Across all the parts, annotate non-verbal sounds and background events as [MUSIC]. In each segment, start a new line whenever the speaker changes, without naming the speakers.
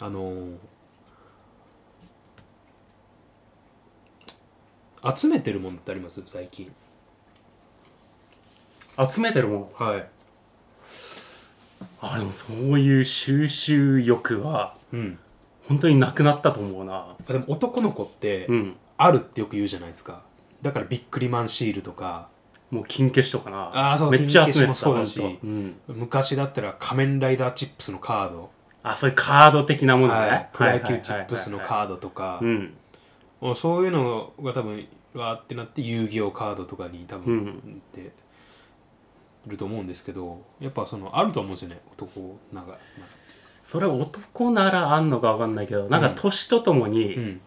あのー集めてるものってあります最近
集めてるもん
はい
あでもそういう収集欲は
うん
本当になくなったと思うな
あでも男の子って
うん
あるってよく言うじゃないですかだからビックリマンシールとか
もう金消しとかな
あーそう
めっちゃ集
金消
めてた
しもそうだし
ほんとうん、
昔だったら仮面ライダーチップスのカード、
あそういうカード的なものね、
はい、プロ野球チップスの
ー
カードとか
うん
もうそういうのが多分わーってなって遊戯王カードとかに多
う
分
ん
ってると思うんですけどやっぱそのあると思うんですよね男なんか
それ男ならあんのかわかんないけどなんか年とともに、
うん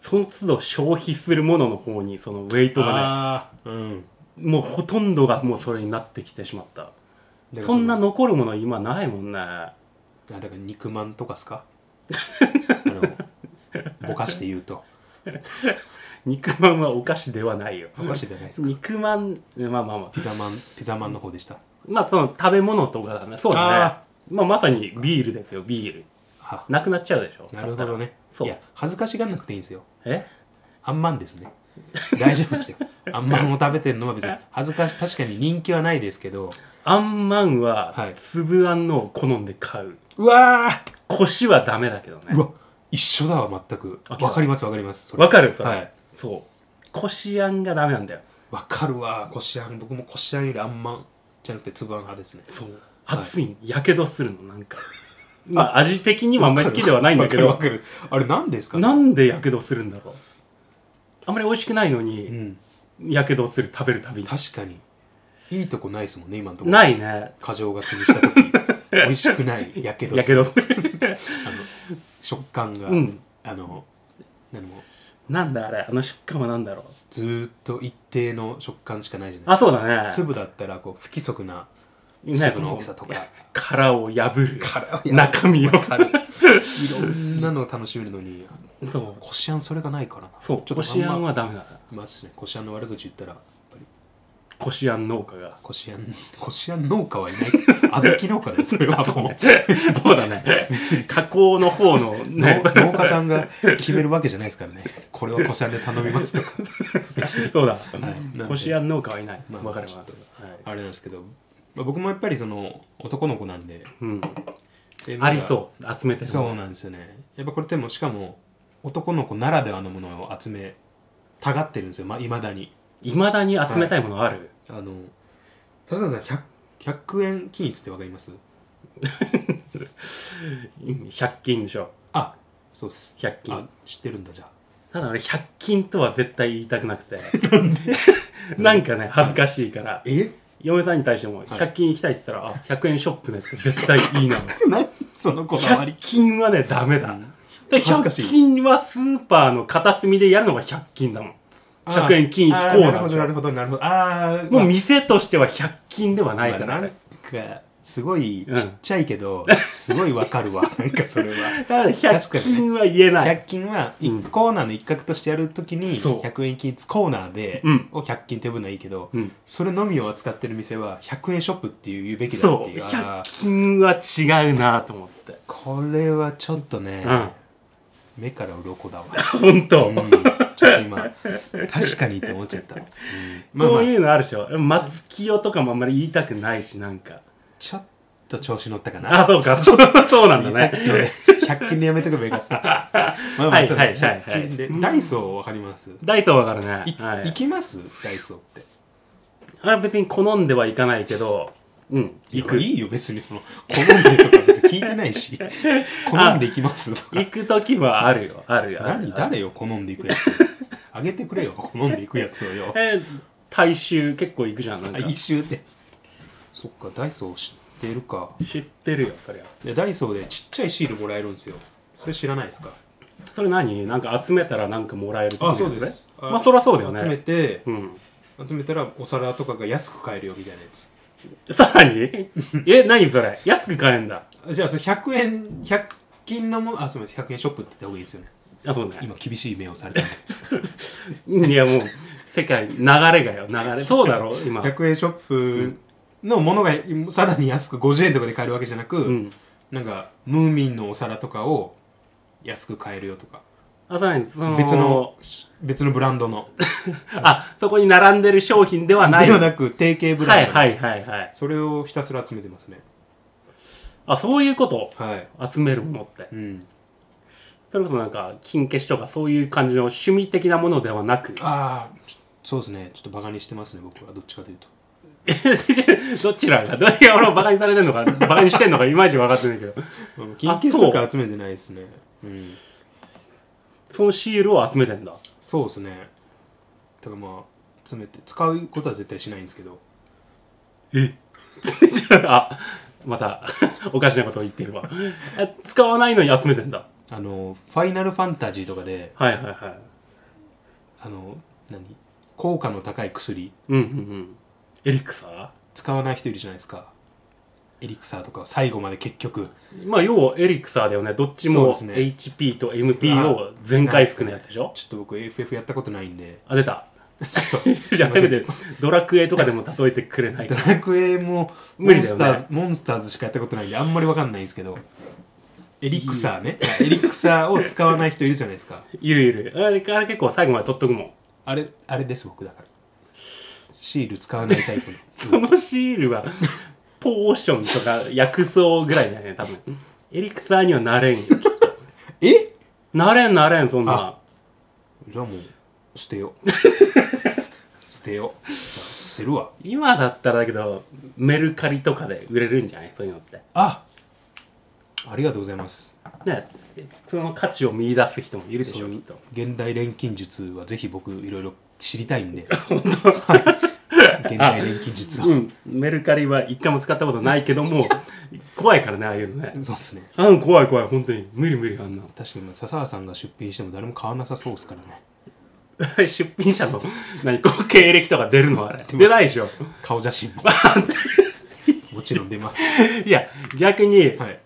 その都度消費するものの方にそのウェイトがね
ああうん
もうほとんどがもうそれになってきてしまった
だから
そんな
の
残るもの今ないもんね
あだから肉まんとかっす
[LAUGHS]
かあのぼかして言うと
肉まんはお菓子ではないよ
ぼかしてじゃないですか
肉まんまあまあまあ
ピザマンピザマンの方でした
まあその食べ物とかだねそうだね
あ
まあまさにビールですよビール
あ
なくなっちゃうでしょ
なるほど
買っ
ね
そう
いや恥ずかしがんなくていいんですよ
たらえ
あんまんですね。大丈夫
[LAUGHS]
ですよ。あんまんを食べてるのは別に恥ずかし確かに人気はないですけど。
あんまん
は
はい粒あんのを好んで買う
うわ
腰はダメだけど
う
ね
わ一緒だわ、全く。
あ
わ
来た
かります、わかります。それ
わかるそれ、
はい
そう腰あんがダメなんだよ
わかるわ、こしあん。僕もこしあんよりあんまんじゃなくてつぶあん派ですね。
そう
はい
熱いんやけどするのなんかまあ味的にはあんまり好きではないんだけ
わ
ど
かるわかる。あれ何ですか
な
ね
んでやけどするんだろうあんまり美味しくないの
う
に
ん、
やけどする食べるたびに
確かに。いいとこないですもんね、今のところ。
ないね
過剰書きにしたと
[LAUGHS]
き。美味しくない、やけど
やけどする
あの食感が、
うん
あの、何も、
なんだあれあの食感はなんだろう
ずーっと一定の食感しかないじゃないですか
あ。そうだね
粒だったらこう不規則な
ね
粒の大きさとか
殻を破る
殻を
中身を
わかるいろんなのを楽しめるのに
そう
こしあんそれがないからな
そう
ちょっ
ことしあん
ま
はダメだから
まですねこしあんの悪口言ったらやっぱり
こしあん農家が [LAUGHS]
こしあん [LAUGHS] こしあん農家はいない小豆農家だ
[LAUGHS]
よそれはもう
そうだね加工の方のね
農農家さんが決めるわけじゃないですからねこれはこしあんで頼みます
[LAUGHS]
とか
そうだ
い
こしあん農家はいない
まあ
わかる
ちょ
わ
っ
か
と
るはい
あれなんですけど、まあ、僕もやっぱりその男の子なんで
うん
で
ありそう集めてる
そうなんですよねやっぱこれってもうしかも男の子ならではのものを集めたがってるんですよまあ、未だに
いまだに集めたいものある、
あの笹田さん 100, 100円均一ってわかります
うん100均でしょ
あそうっす
100
あ
均
知ってるんだじゃ
ただ俺100均とは絶対言いたくなくて [LAUGHS] なんかね恥ずかしいから
あえ
嫁さんに対しても100均行きたいって言ったら、あ100円ショップねって絶対いいな
何 [LAUGHS] そのこだわ
100
り
均はねダメだ、で
恥ずかしい
100均はスーパーの片隅でやるのが100均だもん
あ
100円均一コーナー
あなるほどなるほどなるほどああ
もう店としては100均ではないか
まあ
ら
なん
ね、
かすごい
うん
ちっちゃいけど、すごいわかる
[LAUGHS]
わなんかそれは
だから100
確かに
均は言えない、
100均は一
うん
コーナーの一角としてやるときに
そう
100円均一コーナーで
うん
を100均って呼ぶのはいいけど、
うん、
それのみを扱ってる店は100円ショップっていう言うべきだっ
そ
て
う
いう
100
あー
均は違うなと思って
これはちょっとね、
うん
目から鱗だわ、
本当、
うん、ちょっと今確かにって思っちゃった、うんまあ
こ
まあ
ういうのあるでしょ松清とかもあんまり言いたくないしなんか
ちょっと調子乗ったかな
あそうか [LAUGHS] そうなん
さ
だ
っき
ね
のね100均でやめとけばよか
[LAUGHS]
ったまあま
は
あ
い
そうだ
はいはいはい
100均で
うん
ダイソーわかります
大東わかるね
い、
はい
行きますダイソーって
あれは別に好んではいかないけどうん行く
いやいいよ別にその好んでとか別に聞いてない
[LAUGHS]
し好んで行きますとか
行く時はあるよあるよあ
[LAUGHS] 何
るよある
誰よ好んでいくやつあげてくれよ好んでいくやつを
[LAUGHS]
よ
えー大衆結構行くじゃんなんか
一周でそっかダイソー知ってるか
知ってるよそりゃ
でダイソーでちっちゃいシールもらえるんですよそれ知らないですか
それ何なんか集めたらなんかもらえるってやつ
あ
まあそりゃそうだよね
集めて
うん
集めたらお皿とかが安く買えるよみたいなやつ
さらにえ何それ安く買えんだ
あじゃあそれ100円100均のもあすみません100円ショップって言った方がいいですよね
あそうね
今厳しい目をされ
[LAUGHS]
たんで
いやもう世界流れがよ流れそうだろ今
100円ショップのものがさらに安く50円とかで買えるわけじゃなく、
うん
なんかムーミンのお皿とかを安く買えるよとか
あと何その
別の別のブランドの
あそこに並んでる商品ではない
ではなく定型ブラン
は
ド
い
の
はいはいはい
それをひたすら集めてますね
あそういうこと
はい、
集めるものって
うん、
それこそなんか金消しとかそういう感じの趣味的なものではなく [LAUGHS]
ああそうですねちょっとバカにしてますね僕はどっちかというと
どちらがどれが俺をバカにされてるのかバカにしてんのかいまいち分かってないけど
うん金消しとか集めてないですねうん
そのシールを集めてんだ [LAUGHS]
そうですねだからまあ詰めて使うことは絶対しないんですけど
えあまたおかしなことを言ってるわあ使わないのに集めてんだ
あの「ファイナルファンタジー」とかで
はいはいはい
あの何効果の高い薬
うんうんうんエリクサー
使わない人いるじゃないですかエリクサーとかを最後まで結局
まあ要はエリクサーだよねどっち
そう
も
ですね
HP と MP を全回復のやつでしょ
ちょっと僕 FF やったことないんで
あ出た
ちょっ
[LAUGHS]
と
じゃあ
すいませ
せめ
ん
てドラクエとかでも例えてくれない
ド
か
ラクエもモ
無理
ン
だ
ス
よ
タ
ね
ーズ、モンスターズしかやったことないんであんまりわかんないんですけどエリクサー
[LAUGHS]
ねエリクサーを使わない人いるじゃないですか
いるいるあれあれ結構最後まで取っとくもん
あれあれです僕だからシール使わないタイプの
[LAUGHS] そのシールはポーションとか薬草ぐらいだよね多分エリクサーにはなれんよ
え
なれんなれんそんな
じゃあもう捨て [LAUGHS] よう捨てようじゃあ捨てるわ
今だったらだけどメルカリとかで売れるんじゃないそういうのって
あありがとうございます
ねその価値を見出す人もいるでし
そ
ょ
う
き
い
っ
う
と
現代錬金術はぜひ僕いろいろ知りたいん [LAUGHS] で
本当
現代錬金術を
うん、メルカリは一回も使ったことないけども [LAUGHS] 怖いからねああいうのね
そうですね
あん怖い怖い本当に無理無理あんな
確かに笹原さんが出品しても誰も買わなさそうですからね
出品者の [LAUGHS] 何こう経歴とか出るのあれ出ないでしょ
顔写真 [LAUGHS] ももちろん出ます
いや逆に、
はい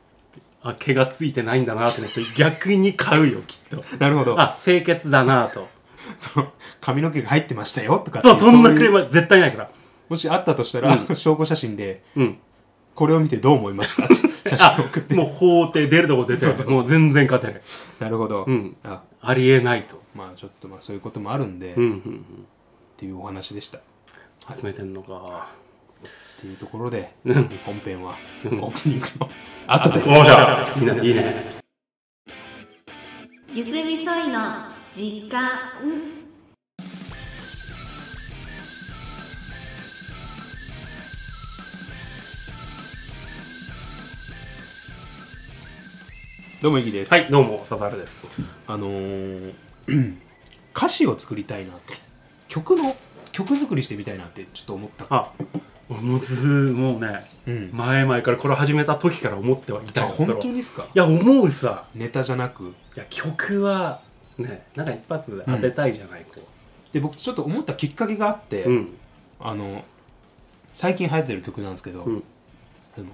あ毛がついてないんだなと思って逆に買うよきっと
なるほど
あ清潔だなと
その髪の毛が入ってましたよとかってい
そううそんな
そう
クレ
い
ー
う
ムは絶対ないから
もしあったとしたら、証拠写真で
うん
これを見てどう思いますかって写
あ
真を送って
もう法廷出るとこ出てるもう全然勝てる
なるほど、
うん
あ
ありえないと
まあちょっとまあそういうこともあるんで、
うん
っ
うん
ていうお話でしたっ
うん集めてんのか
ていうところで
うん
本編はオ
うん
ープニング
[LAUGHS]
の後で
おじゃみんないいね
ゆすみそいの時間
どうもイギです、
はい、どうも、笹原です。
あのーうん歌詞を作りたいなと曲の曲作りしてみたいなってちょっと思った、
あ、俺もうずーもうね、
うん
前々からこれ始めた時から思ってはいた
あ
よ。
本
そ
当
れは
にですか
いや、思うさ。
ネタじゃなく
いや、曲は、ね、なんか一発当てたいじゃない、こ
で僕ちょっと思ったきっかけがあって、
う。うん。
あの最近流行ってる曲なんですけど、
うん
でも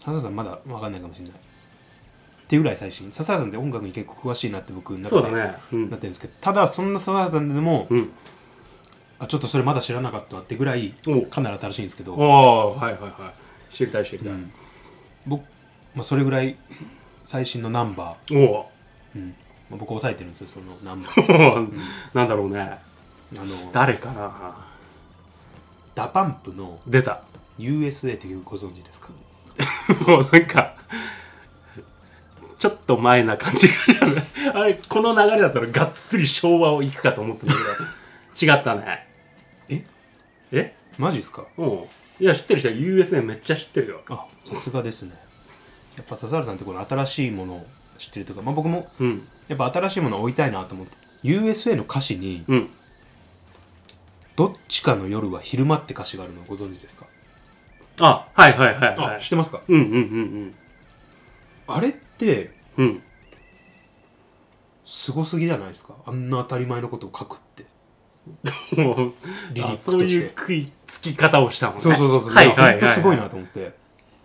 笹原さんまだ分かんないかもしれないっていうぐらい最新笹原さんって音楽に結構詳しいなって僕の中
そう
で
だね。う
なっ
ん。
てるんですけどただそんな笹原さんでも、
うん。
あちょっとそれまだ知らなかったわってぐらい
お
かなり新しいんですけど、
おー、はいはいはい。知りたい知り
う
たい。
ん僕、まあ、それぐらい最新のナンバ
お
ー、うんまあ、僕押さえてるんですよそのナンバー
ー、 [LAUGHS] なんだろうね。
あの
誰かな
ダパンプの
出た。 [LAUGHS]
USA って曲ご存知ですか
もうなんか、ちょっと前な感じがする。あ [LAUGHS] れ、この流れだったらがっつり昭和を行くかと思ったんだけど、違ったね。
え
え
マジですか
うん。いや、知ってる人は USA めっちゃ知ってるよ。
あさすがですねやっぱ笹原さんってこの新しいものを知ってるというか、まあ、僕も
うん。
やっぱ新しいものを置いたいなと思って USA の歌詞に
うん。
「どっちかの夜は昼間」って歌詞があるのご存知ですか、
あ、はいはいはい、はい
あ知。ってますか
うんうんうん
あれって
うん。うん。
すごすぎじゃないですかあんな当たり前のことを書くって
もう、
リリッ
あ
ク
そう
とし
いう
て
食いつき方をしたもんね。
そうそうそうそう
はいはいはい、
ほんとすごいなと思って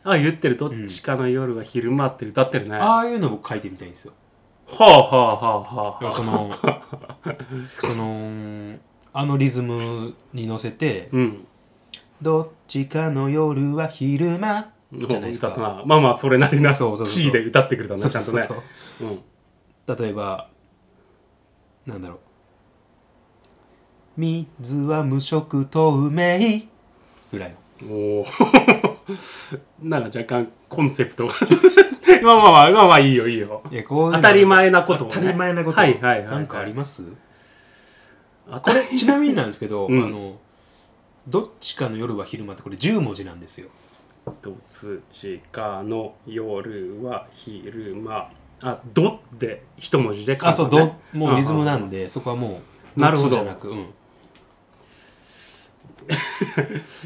あ、言ってる。どっちかの夜は昼間って歌ってるね。
あ
は
あいうの僕書いてみたいんですよ
あはあはあは
だから
あはあ。
そ
[LAUGHS]
のそのあのリズムに乗せて
うん。
「どっちかの夜は昼間」っじゃないですか
歌ったなまあまあそれなりなキ
そうそうそうそう
ーで歌ってくれたん
そ
だ
う
ちゃんと
そう
ね
そう
うん
例えばなんだろう「水は無色透明」ぐらいの
おお [LAUGHS] なんか若干コンセ
[LAUGHS]
プトがまあまあまあまあまあいいよいいよ
いやこういうの
当たり前なことをね
当たり前なこと
はいはいはいはい
なんかあります
あこ
これ
れ
ちなみになんですけど、
[LAUGHS] うん
あのどっちかの夜は昼間ってこれ10文字なんですよ
どつちかの夜は昼間あどって一文字で
あそうどもうリズムなんんでそこはもう
なるほど
つじゃなく、うん、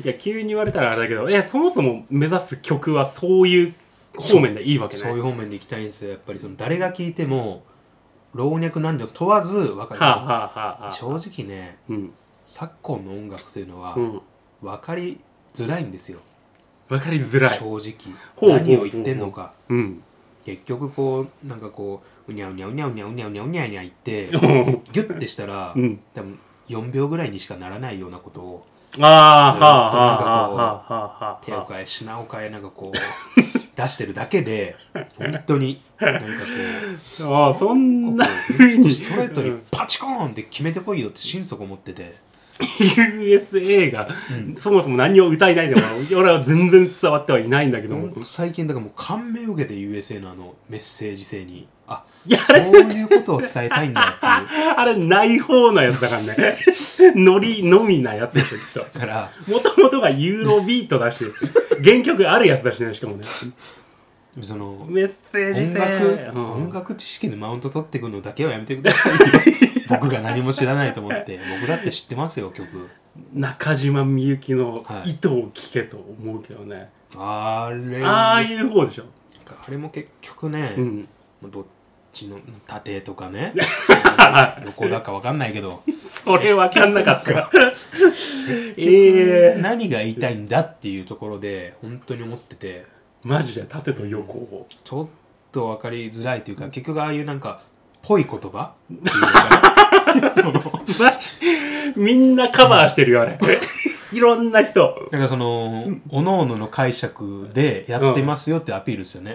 いや急に言われたらあれだけどいやそもそも目指す曲はそういう方面でいいわけね
そういう方面で行きたいんですよやっぱりその誰が聞いても老若男女問わず分かる、
はあ、はあはあはあ、
正直ね
うん
昨今の音楽というのは
うん
分かりづらいんですよ、
わかりづらい
正直
ほうほう
何を言ってんのか
うん
結局こうなんかこううにゃうにゃうにゃうにゃうにゃうにゃうにゃうにゃ言って
うん
ギュッてしたら、
うん
多分4秒ぐらいにしかならないようなことを
ああはあはあはあはあはあ
手を変え品を変えなんかこう出してるだけで本当になんかこ
ああそんな
う
ふうに
ストレート
う
に
ん
パチコーンって決めてこいよって心底思ってて
USA が、
うん
そもそも何を歌いないのか俺は全然伝わってはいないんだけど
ほん
も
と最近だからもう感銘を受けて USA のあのメッセージ性にあ
いやあ
そう
れ
いうことを伝えたいんだってい
[LAUGHS] あれない方なやつだからね [LAUGHS] ノリのみなやつでしょきっ
うだから
ともともとがユーロビートだし原曲あるやつだしねしかもね
その
メッセージ
音
性
楽、
うん
音楽知識のマウント取ってくのだけはやめてくだ
[LAUGHS]
さいよ僕が何も知らないと思って僕だって知ってますよ曲
中島みゆきの
は
「
い
糸を聞け」と思うけどね、
あれ
ああいう方でしょ、
あれも結局ね、
うん、
どっちの縦とか
[LAUGHS]
ね
あ
横だかわかんないけど
それ分かんなかったええー、
何が言いたいんだっていうところで本当に思ってて
マジで縦と横を
ちょっと分かりづらいというか結局ああいうなんかぽい言葉っていうのか
[LAUGHS]
なその
マジみんなカバーしてるよあれ
[LAUGHS]
いろんな人 [LAUGHS]
だからその、おのおのの解釈でやってますよってアピールですよね。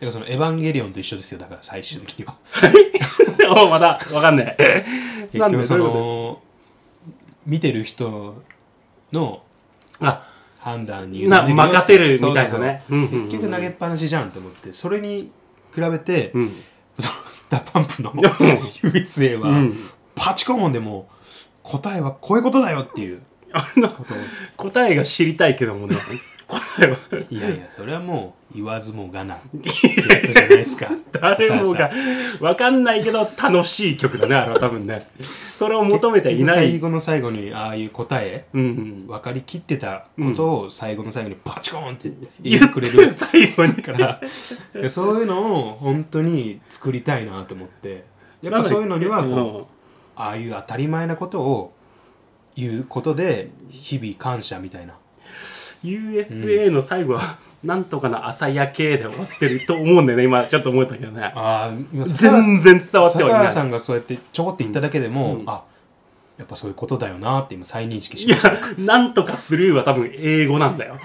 だからその、エヴァンゲリオンと一緒ですよ、だから最終的には。
おまだ分かん [LAUGHS] ない
結局そ
どういうこ
の、見てる人の
とあ
判断に委ね
な
るよ
任せるみたいなね。
そうそうそう結局投げっぱなしじゃんと思って、それに比べて、
うん
その [LAUGHS] ダパンプの
ん
[LAUGHS] USA
うんう
は、
ん
パチコモンでもう、答えはこういうことだよっていう
あれの
ことを。
答えが知りたいけどもね答えはい
やいや、それはもう、言わずもがな。ってやつじゃないですか。
誰もが分かんないけど楽しい曲だねあれは多分ねそれを求めてはいな
最
い
後の最後にああいう答え
うんうん
分かりきってたことを最後の最後にパチコーンって言っ
言ってて
く
く
れ
れ
る
る最後に
からいやそういうのを本当に作りたいなと思ってやっぱそういうのにはこう
こ
ああいう当たり前なことを言うことで日々感謝みたいな
う USA の最後はなんとかな朝焼けで終わってると思うんだよね今ちょっと思えたけどね
ああ今笹原
全然伝わって
笹
はい
原
な
さ
い
んがそうやってちょこって言っただけでも、
うん
あやっぱそういうことだよなって今再認識し
い
ま
や
した
なんとかスルーは多分英語なんだよ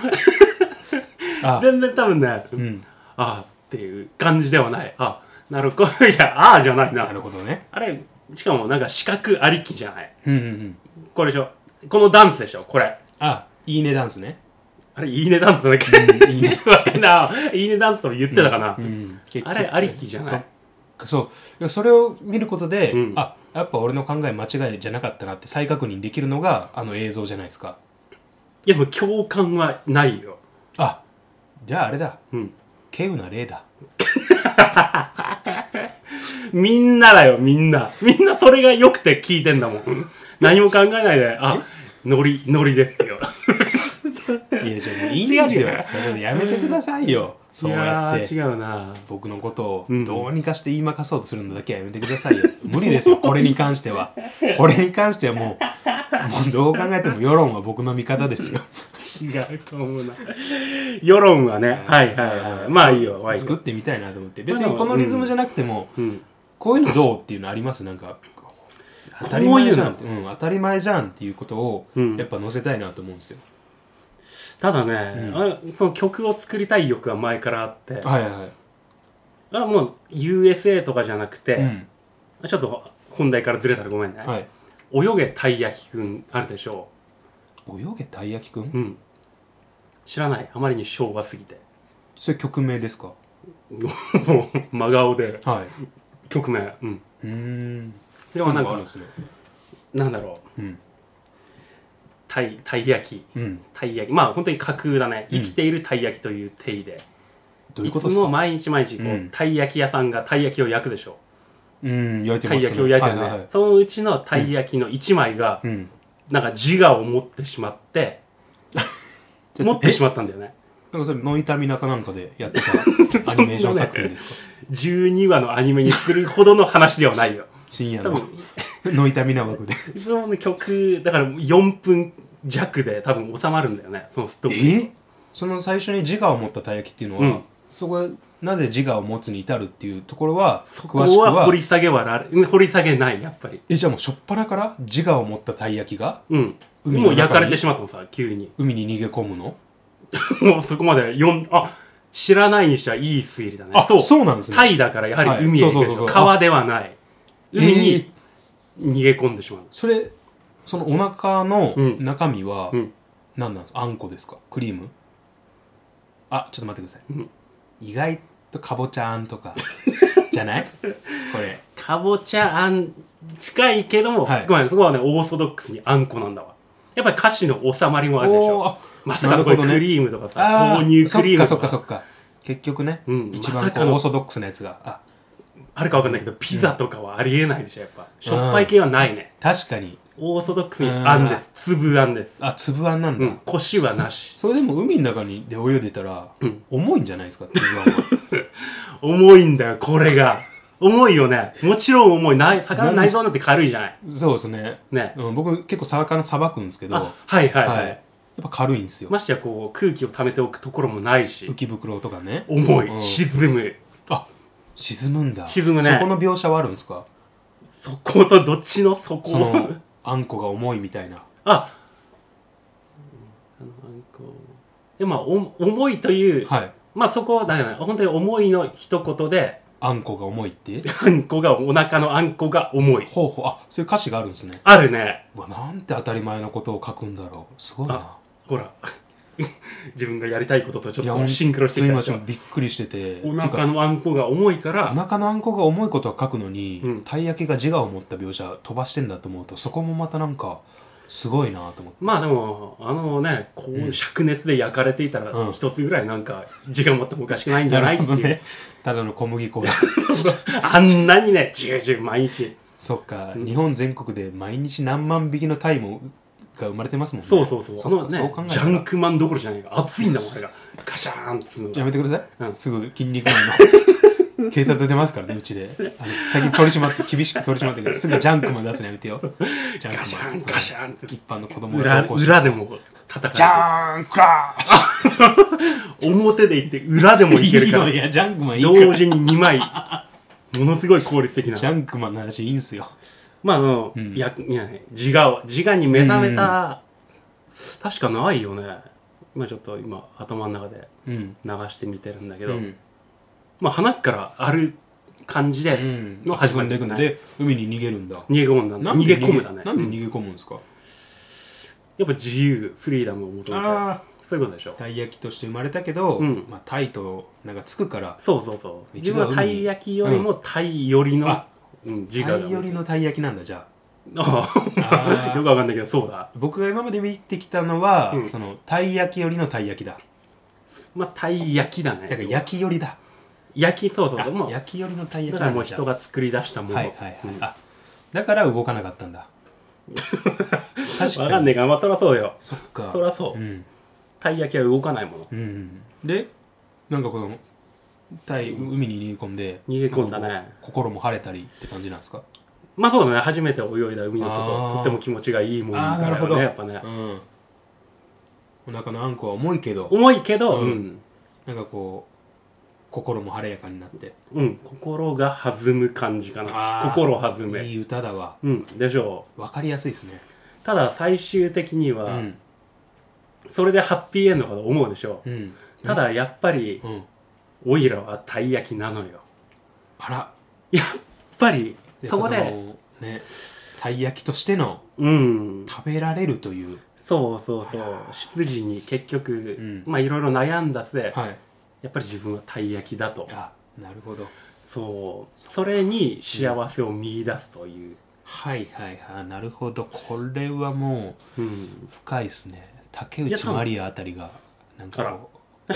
あ、
全然多分ね
うん、
ああっていう感じではないあなるほど [LAUGHS] いやああじゃない
な
な
るほどね
あれしかもなんか視覚ありきじゃない
うんうんうん
これでしょこのダンスでしょこれ
あいいねダンスね
あれいいねダンスだっけ
うんいいね
わかん [LAUGHS] ないいいねダンスと言ってたかな、
うん
あれありきじゃない
そそういやそれを見ることで、
うん
あやっぱ俺の考え間違いじゃなかったなって再確認できるのがあの映像じゃないですか
いやでも共感はないよ
あじゃああれだ
うん
稀有な例だ
みんなだよみんなみんなそれが良くて聞いてん
[LAUGHS]
だもん何も考えないであノリノリですよ
いやじゃあもういいんですよ
[LAUGHS] 違うよ
ちょっとやめてくださいよ、そうやっ
い
て
やー違うな
僕のこと
う
を
ん
どうにかして言いまかそうとするのだけはやめてくだ
[LAUGHS]
さいよ、無理ですよこれに関してはこれに関してはもうもうどう考えても世論は僕の味方ですよ
違うと思うな世論はねはいはいはいまあいいよワイ
作ってみたいなと思って別にこのリズムじゃなくても、
うん
こういうのどうっていうのありますなんか当たり前じゃんって、うん、当たり前じゃんっていうことを
うん
やっぱ載せたいなと思うんですよ、
ただね、
うん
あこの曲を作りたい欲は前からあって、
はいは
あもう USA とかじゃなく
い。う
て、
ん。
ちょっと本題からずれたらごめんね、
はい。
泳げたい焼きくんあるでしょ
泳げたい焼きくん
う、うん、知らないあまりに昭和すぎて [LAUGHS]
それ曲名ですか
もう真顔で
はい。
曲名うん
うーん。
でもなん
そういうのがあるん
か
ですね。
なんだろう
うん。
たいたい焼き
うん。
たい焼きまあ本当に架空だね
うん
生きているたい焼きという定義で、
どういうことで
つ
す
も
か
毎日毎日こう、
うん
たい焼き屋さんがたい焼きを焼くでしょ
うん、焼いて
た
ますね。
い焼きを焼いてるね、
はいはいはい
そのうちのたい焼きの1枚が、
うん。
なんか自我を持ってしまって
ちょ
持ってし
ま
まったんだよね
なんかそれ、ノイタミナかなんかでやってたアニメーション作品ですか
12話のアニメにするほどの話で
[LAUGHS]
はないよ
深夜
多
の
分
[LAUGHS] ノイタミナ枠で。
その曲だから4分弱で多分収まるんだよねそのストーリー
えその最初に自我を持ったたい焼きっていうのは、
うん
そこはなぜ自我を持つに至るっていうところは、
そこ
詳しく
は
は
掘、り下げはられ掘り下げないやっぱり
え、じゃあもう初っ端から自我を持ったたい焼きが
うん
海の中に
もう焼かれてしまったのさ急に
海に逃げ込むの
もうそこまで4あ知らないにしてはいい推理だね
あ、
そう
そうなんですね。
タイだからやはり海へ
はい
行くで
そうそう
し
そ
ょ
うそう
川ではない
えー
海に逃げ込んでしまう
それ、そのお腹の
うん
中身は、
うん
何なんですかあんこですかクリームあ、ちょっと待ってください。
うん
意外とかぼちゃあんと
[LAUGHS]
か、じゃないこれ。
かぼちゃあん近いけども、
はい
ごめんそこはねオーソドックスにあんこなんだわやっぱり歌詞の収まりもあるでし
おー
ょ
あ
まさかこれ
なるほどね
クリームとかさ、
あー
豆乳クリーム
そ
と
っかそっ
か
かそっか結局ね、
うん
一
ま
番
さ
こ
か
う
の
オーソドックスなやつがあ
あるかわかんないけどピザとかはありえないでしょやっぱしょっぱい系はないね、
確かに
オーソドックスにあんです粒あんです
あ粒あんなん
う
だ、
んコシはなし
それでも海の中にで泳いでたら、
うん
重いんじゃないですか
[LAUGHS]
粒あんは
重いんだよこれが重いよねもちろん重いない魚の内臓なんて軽いじゃない
そうですね、
ね
うん、僕結構魚さばくんですけど、
あはいはいはい、
はいやっぱ軽いんですよ、
ましてやこう空気を溜めておくところもないし
浮き袋とかね
重い、
うん
沈む
あ沈むんだ
沈むね
そこの描写はあるんですか
そことどっちのそこ
そのあんこが重いみたいな
[LAUGHS] ああのあんこでまあお重いという、
はい
まあそこだよね本当に重いの一言で
あんこが重いって
あんこがお腹のあんこが重い
ほうほうあそういう歌詞があるんですね
あるね
うわなんて当たり前のことを書くんだろうすごいな
あほら [LAUGHS] 自分がやりたいこととちょ
い
っ
や
とシンクロしてきた
今
でし
ちょっ
ょ
とびっくりしてて
お
てか
腹のあんこが重いか
お
ら
腹のあんこが重いことは書くのに、
うん
たい焼きが自我を持った描写飛ばしてんだと思うとそこもまたなんかすごいなと思って
まあでもあのねこ
う
うん灼熱で焼かれていたら
うん
一つぐらいなんか字が持ってもおかしくないんじゃないって
るほ
い
ど
う、
ね [LAUGHS] ただの小麦粉が
あんなにねジュージュー毎日
そっか、
うん
日本全国で毎日何万匹のタイもが生まれてますもんね
そうそうそう。
そ
そ
っ
の
か
ね
そう考え
ジ
た
ャン
ら
クマンどころじゃないか。熱いんだもん、あれが。ガシャーンっつうの
や
が。
めてください、
うん
すぐ筋肉マンの警察出ますからねうちであの最近取り締まって厳しく取り締まってるか
[LAUGHS]
らすぐジャンクマン出すのやめてよジャンクマン
ガシャーン、ガシャーンって。
一般の子供が
裏
投稿して
裏でも戦
ジ
え
ャーンクラッシュ
る。表で言って裏でもいけるか
いいよい
ら。
やジャンクマンいいから
同時に2枚。ものすごい効率的な
ジ。ャンクマンの話いいんすよ
まあ、あの、
うん
やいやね自我を、自我に目覚めた、確かないよね。今ちょっと今頭の中で
うん
流してみてるんだけ
う
ど、
ん
まあ花からある感じでの始
進
ま
ん
り
でいくん
ね。
で海に逃げるんだ
逃げ込んだんだ。
なん
逃
で
げ込むだね。
なんで逃げ込むんですか
やっぱ自由フリーダムを求めて
あ
そういうことでしょ
たい焼きとして生まれたけど
うん
まあタイとなんかつくから
そうそうそう
一
自
番
分はたい焼きよりもたいより
うん
の
あ、
うん、自
タ
我
イ寄
[LAUGHS]
り
だ
のたい焼きなんだじゃ
あ
あ
あ
あー
よくわかんないけどそうだ
僕が今まで見てきたのは
うん
そのたい焼き寄りのたい焼きだ
まあたい焼きだ
だ
ね
から焼き寄りだ
焼きそうそう
あ
そうもう
焼き寄りのたい
だ
焼き
か
な
ら
ん
もう
だじゃ
人
あ
が作り出したもの
はいはいはい
うん
あだから動かなかったん
[LAUGHS]
だ確
わか
か
ん
に
ねえからまあそらそうよ
そっか
そらそう
うん
たい焼きは動かないもの
うん、でなんかこのタイ海に逃げ込んで
逃げ込んだね
なんかこう心も晴れたりって感じなんですか、
まあそうだね初めて泳いだ海の
あー
底とっても気持ちがいいもんだ
あーなるほ
よ
ど
ねやっぱね
うん、お腹のあんこは重いけど
重いけど
う
うんん
なんかこう心も晴れやかになって
うん心が弾む感じか
あー
な心弾
い
め
い歌だわ
うんでしょう
分かりやすいですね
ただ最終的には、
うん
それでハッピーエンドかと思うでしょ
うん
ただやっぱり
うん
オイラはたい焼きなのよ
あら
やっぱり
やっぱ
そこで
のねたい焼きとしての
うん
食べられるという
そうそうそう執事に結局、
ん
まあいろいろ悩んだ末
はい
やっぱり自分はたい焼きだと
あなるほど
そうそれに幸せを見出すという、
はいはいはいなるほどこれはも
うん
う、深いですね竹
いや
内
多分
まりやあたりがなんかこう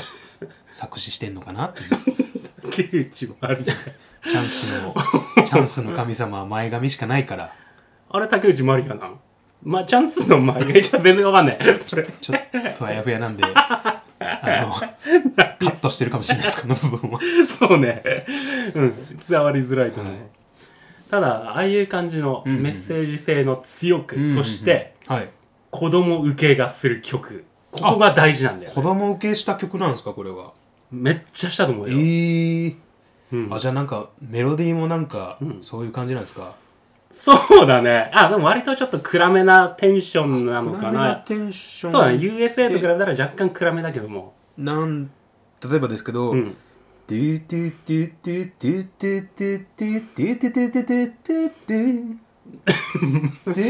作詞してんのかなっていう
竹内まりや [LAUGHS]
チャンスのチャンスの神様は前髪しかないから
あれ竹内まりやなんまあチャンスの前がじゃ全然わかんないこれ
ちょっとあやふやなんであのカットしてるかもしれないですこの部分は
[LAUGHS] そうね、うん、伝わりづらいと思う、
はい
ただああいう感じの
うんうんうん
メッセージ性の強く、そして、
はい
子供受けがする曲ここが大事なんだよ、
子供受けした曲なんですかこれは
めっちゃしたと思う
え
よ、
ー、
うん
あ、じゃあなんかメロディーもなんか
うん
そういう感じなんですか、
そうだねあでも割とちょっと暗めなテンションな
あ
のか
な
な
テンション
そうだね USA と比べたら若干暗めだけども
なん例えばですけど、
うん
ドゥドゥドゥドゥドゥドゥドゥドゥドゥドゥドゥドゥドゥドゥドゥドゥド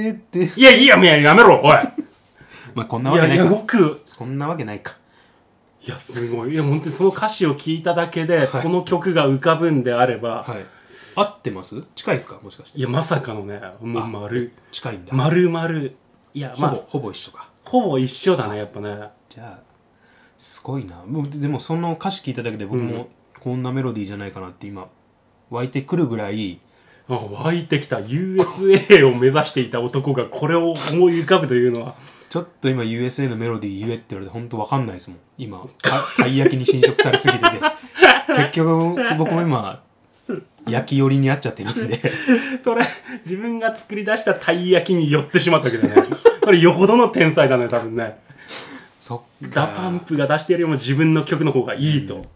ゥドゥ
いやいいやいややめろおい
まあこんないわけ
や
ないい
や
か
よく
そんなわけないか
いやすごいいや本当にその歌詞を聞いただけで、
はい
その曲が浮かぶんであれば、
はい合ってます近いですかもしかし
い
て
やまさかのねもう丸
近いんだ、
丸々いや
ほ
ま
ぼ
あ
ほぼ一緒か
ほぼ一緒だねやっぱね
じゃあすごいなもうででもその歌詞聞いただけで僕
うん
もこんなメロディーじゃないかなって今湧いてくるぐらい
あ湧いてきた USA を目指していた男がこれを思い浮かぶというのは
ちょっと今 USA のメロディー言えって言われて本当わかんないですもん今
[LAUGHS]
たたい焼きに侵食されすぎてて結局僕も今焼き寄りにあっちゃってるんで
それ自分が作り出したたい焼きに寄ってしまったけどねこれよほどの天才だね多分ね
[LAUGHS] そっか
ダパンプが出してるよりも自分の曲の方がいいと、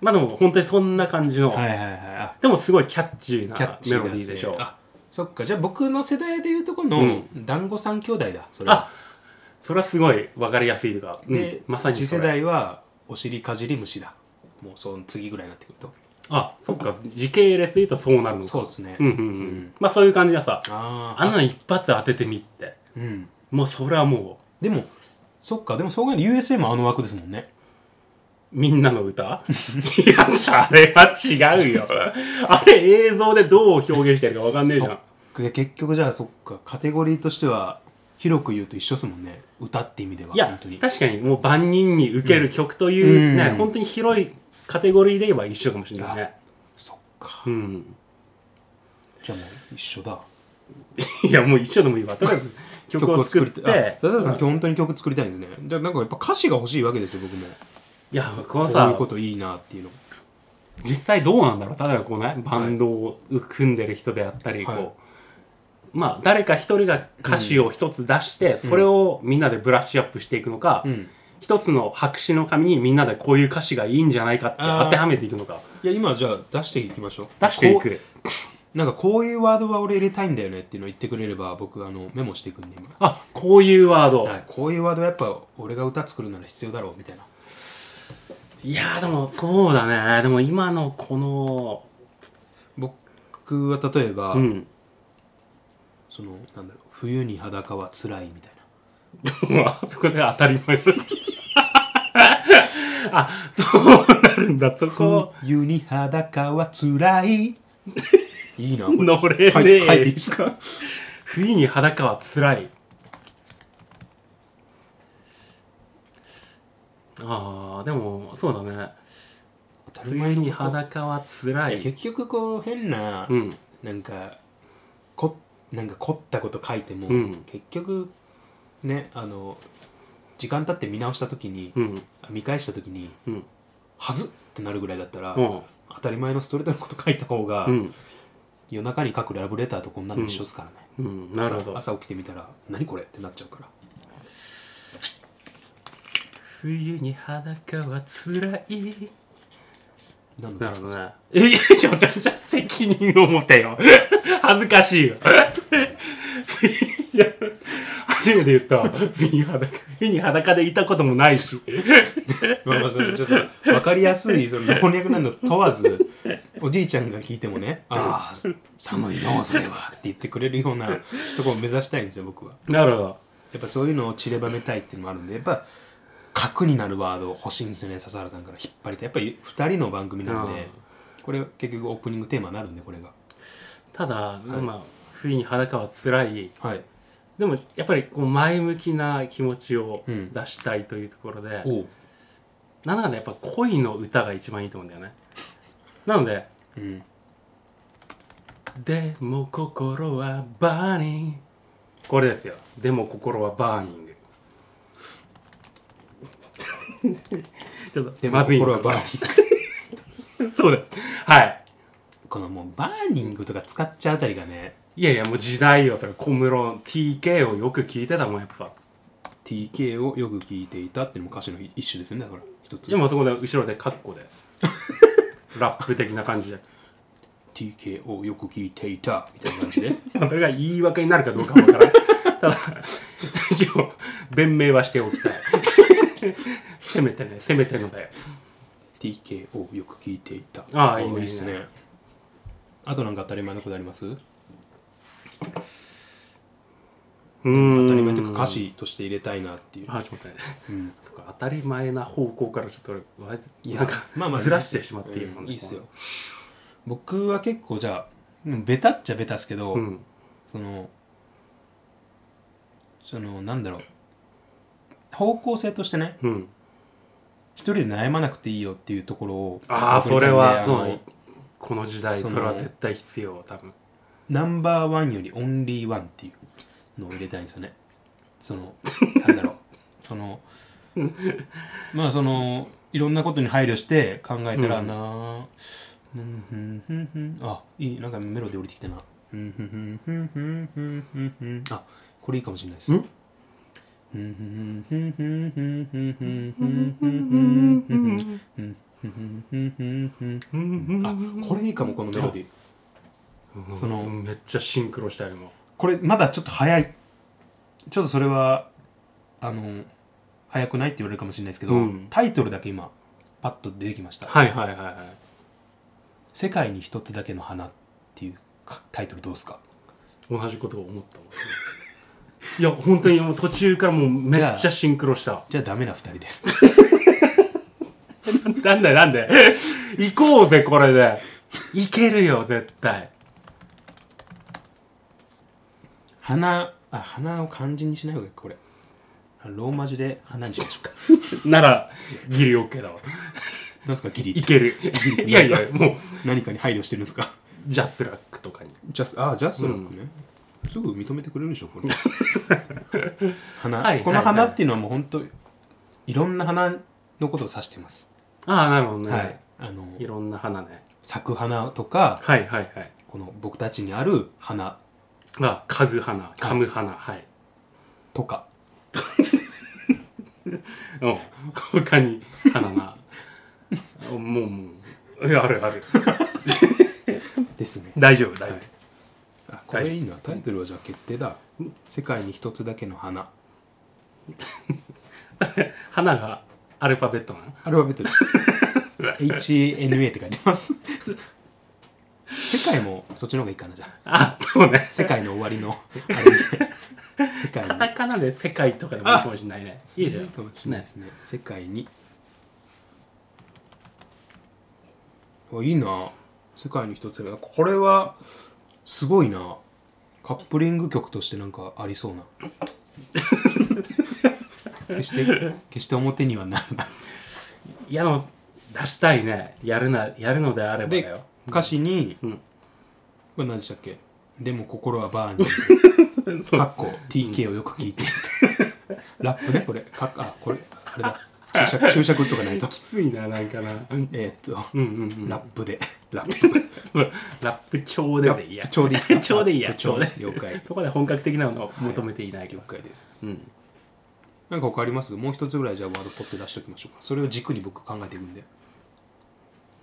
まあでも本当にそんな感じの、
はいはいはいあ
でもすごいキャッチーな
キャッチ
メ
ー
ロ
な
ディーでしょ
あそっかじゃあ僕の世代でいうとこの、
うん
団子三兄弟だそれは
あそれはすごい分かりやすいというか、うん
で、
まさに
次
そ
世
れ
代はお尻かじり虫だもうその次ぐらいになってくると
あそっか時系列で言うとそうなるのか
そうですね、
うんうんうん、
うん
まあそういう感じでさ
あー
あんなの一発当ててみって
うん
もうそれはも
でもそっかでもそう考えると USA もあの枠ですもんね
うみんなの歌 [LAUGHS] いやあれは違うよあれ映像でどう表現してるかわかんねえじゃ
そ
ん
っか結局じゃあそっかカテゴリーとしては広く言うと一緒ですもんね歌って意味ではい
や
本当に
確かにもう万人に受ける曲という、
うん
ね
うん
本当に広いカテゴリーで言えば一緒かもしれないね
そっか
うん
じゃあもう一緒だ
いやもう一緒でもいいわとりあえず曲を作って
あ笹田さん、本当に曲作りたいんですねじゃあなんかやっぱ歌詞が欲しいわけですよ僕も
いやこ
こ
の
うい
さ
うこといいなっていうの
実際どうなんだろう例えばこうねバンドを組んでる人であったり、
はい
こうまあ誰か一人が歌詞を一つ出して、それをみんなでブラッシュアップしていくのか、
うん
一つの白紙の紙にみんなでこういう歌詞がいいんじゃないかって
あー
当てはめていくのか
いや今じゃあ出していきましょう
出してい
こ
く
うなんかこういうワードは俺入れたいんだよねっていうのを言ってくれれば僕あのメモしていくんで今
あこういうワード、、
はい、こういうワードはやっぱ俺が歌作るなら必要だろうみたいない
やーでもそうだねでも今のこの
僕は例えば、 [LAUGHS]
うん
そのなんだろう冬に裸は辛いみたい
もうあそこで当たり前だ [LAUGHS] あそうなるんだそこ
な冬に裸は辛
[LAUGHS]
いいいなこれ
乗れね
書い
え
書いていいですか
冬に裸はつらいあーでもそうだね
当たり
冬
前
に
に裸
裸はつらい
結局こう変な、
うん
なんかこなんか凝ったこと書いても、
うん
結局ねあの時間経って見直した時に、
うん
あ見返した時に
うん
はずってなるぐらいだったら、
うん
当たり前のストレートのこと書いた方が、
うん
夜中に書くラブレターとこんなの一緒ですからね、
うんなるほど
朝朝起きてみたら「何これ?」ってなっちゃうから
冬に裸はつらい
何の
な
で
る
すか
ほど
それ
ねえいやちょちょちょ責任 [LAUGHS] を持てよ恥ずかしいよいや [LAUGHS] 初めて言ったわ海に裸海に裸でいたこともないし
まあまあそれちょっと分かりやすいそ
[LAUGHS]
の老若男女問わずおじいちゃんが聞いてもね「ああ寒いのそれは」って言ってくれるようなとこを目指したいんですよ僕は
なるほど
やっぱそういうのを散ればめたいっていうのもあるんでやっぱ核になるワードを欲しいんですよね笹原さんから引っ張りたいやっぱり2人の番組なんでこれ結局オープニングテーマになるんでこれが
ただ、まあ冬に裸は辛い
はい
でもやっぱりこう前向きな気持ちを
うん
出したいというところで、
おう、
なんだかねやっぱ恋の歌が一番いいと思うんだよねなので
うん、
「でも心はバーニング」これですよ「でも心はバーニング」 [LAUGHS] ちょっと
でも
まずい
心はバーニング [LAUGHS]
そうだはい
このもうバーニングとか使っちゃうあたりがね
いやいやもう時代よそれ小室の TK をよく聞いてたもんやっぱ
TK をよく聞いていたっていうのも歌詞の一種ですよねだから一つ
でもそこで後ろでカッ
[LAUGHS]
コでラップ的な感じで
TK をよく聞いていたみたいな感じ
[LAUGHS]
で
まあそれが言い訳になるかどうかはわから
[LAUGHS]
ないただ一応弁明はしておきたい [LAUGHS] せめてねせめてのだよ
TK をよく聞いていた
ああいいね
っす
いい
ねあとなんか当たり前のことあります
うーん
当たり前というか歌詞として入れたいなっていう、
あちょっと待って
うん、
そっか当たり前な方向からちょっと俺わ
いや
なんか
まあまあ
ずらしてしまっている
うんいいっすよ僕は結構じゃあうんベタっちゃベタっすけど、
うん
そのそのなんだろう方向性としてね
うん
一人で悩まなくていいよっていうところを
ああ
僕
そ
入
れ
たんで
は
あ
そ
の
うこの時代
そ
そ
の
れは絶対必要多分
ナンバーワンよりオンリーワンっていうのを入れたいんですよね。その、なんだろう。その、まあその、いろんなことに配慮して考えたら
うん
なあ、うん、ふんふんふん、あ、いい、なんかメロディー降りてきたな。うんふんふんふんふんふんふんふんあ、これいいかもしれないです。
ん
ふんふんふんふんふんふんふんふんふんふんふんふんふんふんふんふんあ、これいいかも、このメロディー。
うん
その
めっちゃシンクロしたよも
これまだちょっと早いちょっとそれはあの早くないって言われるかもしれないですけど、
うん
タイトルだけ今パッと出てきました
はいはいはいはい
「世界に一つだけの花」っていうかタイトルどうですか
同じことを思ったもん [LAUGHS] いや本当にもう途中からもうめっちゃシンクロした
じゃあダメな2人です
[LAUGHS] なんでなんで [LAUGHS] 行こうぜこれで行けるよ絶対
花あ花を漢字にしない方がいいかこれローマ字で花にしましょう
[LAUGHS]
か
ならギリ OK だわ
なんですかギリ
いけるいやいやもう
何かに配慮してるんですか
ジャスラックとかに
ジャスあジャスラックね、すぐ認めてくれるでしょ
[LAUGHS]
この花、
はい
この
はいは
花
い
っていうのはもう本当いろんな花のことを指してます、
ああなるほどね、
はいあの
い、ろんな花ね
咲く花とか
はいはいはい
この僕たちにある花
が嗅ぐ花噛む花はい、
とか
うん他に花 [LAUGHS] なもうもういやあるある
ですね
大丈夫大丈夫、
あこれいいなタイトルはじゃあ決定だ「世界に一つだけの花
花がアルファベットなの」
アルファベット
[LAUGHS]
です HNA って書いてます世界もそっちの方がいいかなじゃあ
あそうね
世界の終わり
[LAUGHS]
のあれで世界
カ
に
タカナで世界とかでもいいかもしれないねいいじゃん
いいかもしれないですね世界にあいいな世界に一つだけこれはすごいなカップリング曲としてなんかありそう [LAUGHS] な決して決して表にはならない
いやでも出したいねやるなやるのであればだよ
で歌詞に、
うん
これ何でしたっけでも心はバーニングかっこ TK をよく聞いてい [LAUGHS] たラップねこれかっあこれあれだ注釈注釈打っとかないと
きついななんかなうん
えーっと
うんうん
ラップで、ラップ。
うんラップ調ででいいや
ちょうでいいですか。
ちょうでいいや
ちょうで
ちょう。で
了解。
そこで本格的なのを求めていないけ
了
ど、
解です。
うん
なんか他ありますもう一つぐらいじゃあワードポッて出しておきましょうか。それを軸に僕考えていくんで。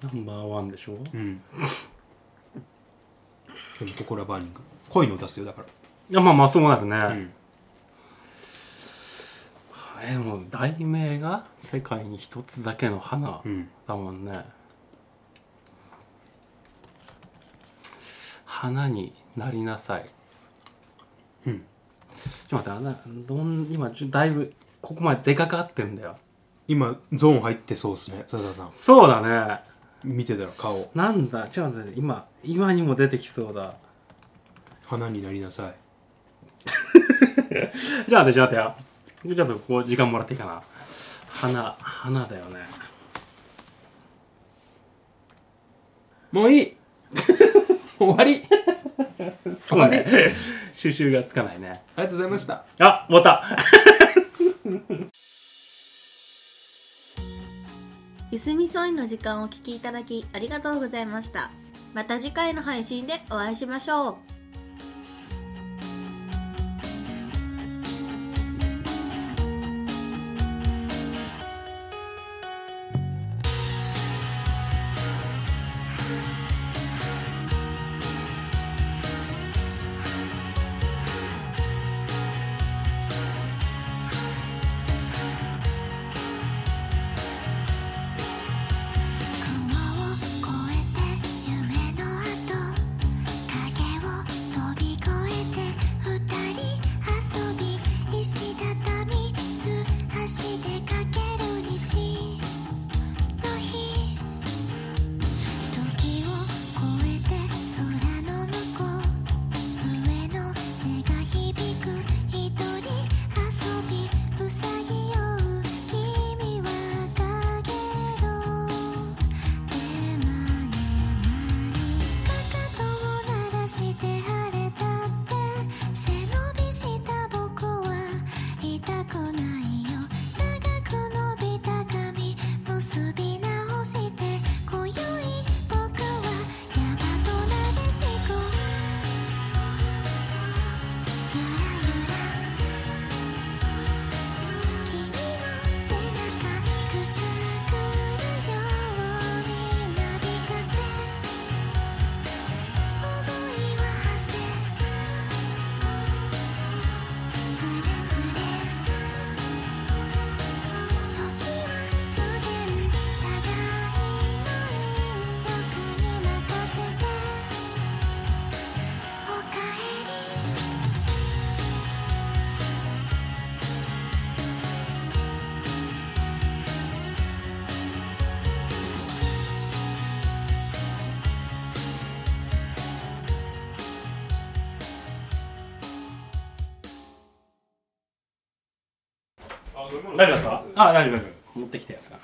ナンバーワンでしょ
うん。でも心はバーニング。恋の出すよ、だか
いやまあまあそうなるね、
ら。うん。
えでも題名が「世界に一つだけの花
う」ん
だもんね、花になりなさい
うん
ちょっと待ってあなどん今ちょだいぶここまで出かかってんだよ
今ゾーン入ってそうですね笹田さん
そうだね
見てたら顔
なんだちょっと待って今今にも出てきそうだ
花になりなさい
じゃあ待ってちょっと待ってよちょっとここ時間もらっていいかな花花だよね
もうい [LAUGHS] い終わり
そうね [LAUGHS] 収集がつかないね
ありがとうございました
あ終わった
ゆすみそいの時間をお聞きいただきありがとうございましたまた次回の配信でお会いしましょう
「雲を越えて夢の跡」「影を飛び越えて二人遊び」「石畳素足でかける西の日」「時を越えて空の向こう」「上の音が響く一人遊び」「うさぎよう君はかげろ」「かかとを鳴らして晴れたって」「背伸びした僕は痛くないよ」「長く伸びた髪結び直して」「今宵僕はヤマトなでしく」「ゆらゆら」「君の背中くすぐるように」「なびかせ」「想いは馳せ」「ずれずれ」「時は無限」「互いの引力に任せて」「おかえり」
大丈夫だったあ大丈夫大丈夫持ってきたやつかな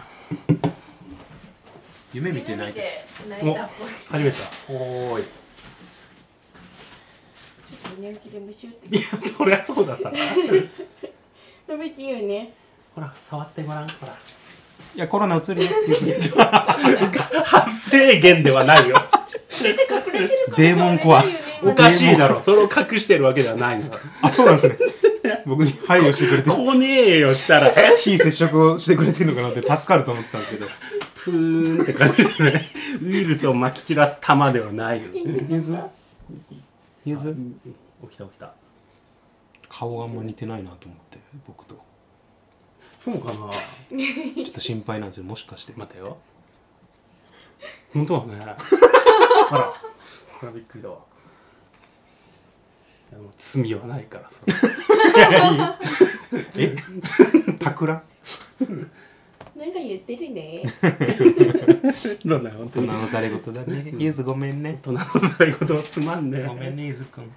夢見てないけ
お初めてだおーい
ちょっと寝起きでむしゅって
いやそりゃそうだった
食べてよね
ほら触ってごらんほら
いやコロナうつ [LAUGHS] るよ
発生源ではない [LAUGHS] よ
デーモンコア
おかしいだろそれを隠してるわけではないの
あそうなんですね僕に配慮してくれて
来ねえよした [LAUGHS] ら
非接触をしてくれてるのかなって助かると思ってたんですけど
プーンって感じですねウイルスをまき散らす玉ではないよ
ゆずゆず
起きた起きた
顔があんま似てないなと思って僕と
そうかな
ちょっと心配なんですよもしかして
待てよ本当 [LAUGHS] だねほらほらびっくりだわでも罪はないからそれ
え [LAUGHS] たくら
なんか言ってるね
そうだよ、本当
大人
に。
のざれ言だねゆずごめんね
大人の習い事はつまんねえ。
ごめんねゆずくん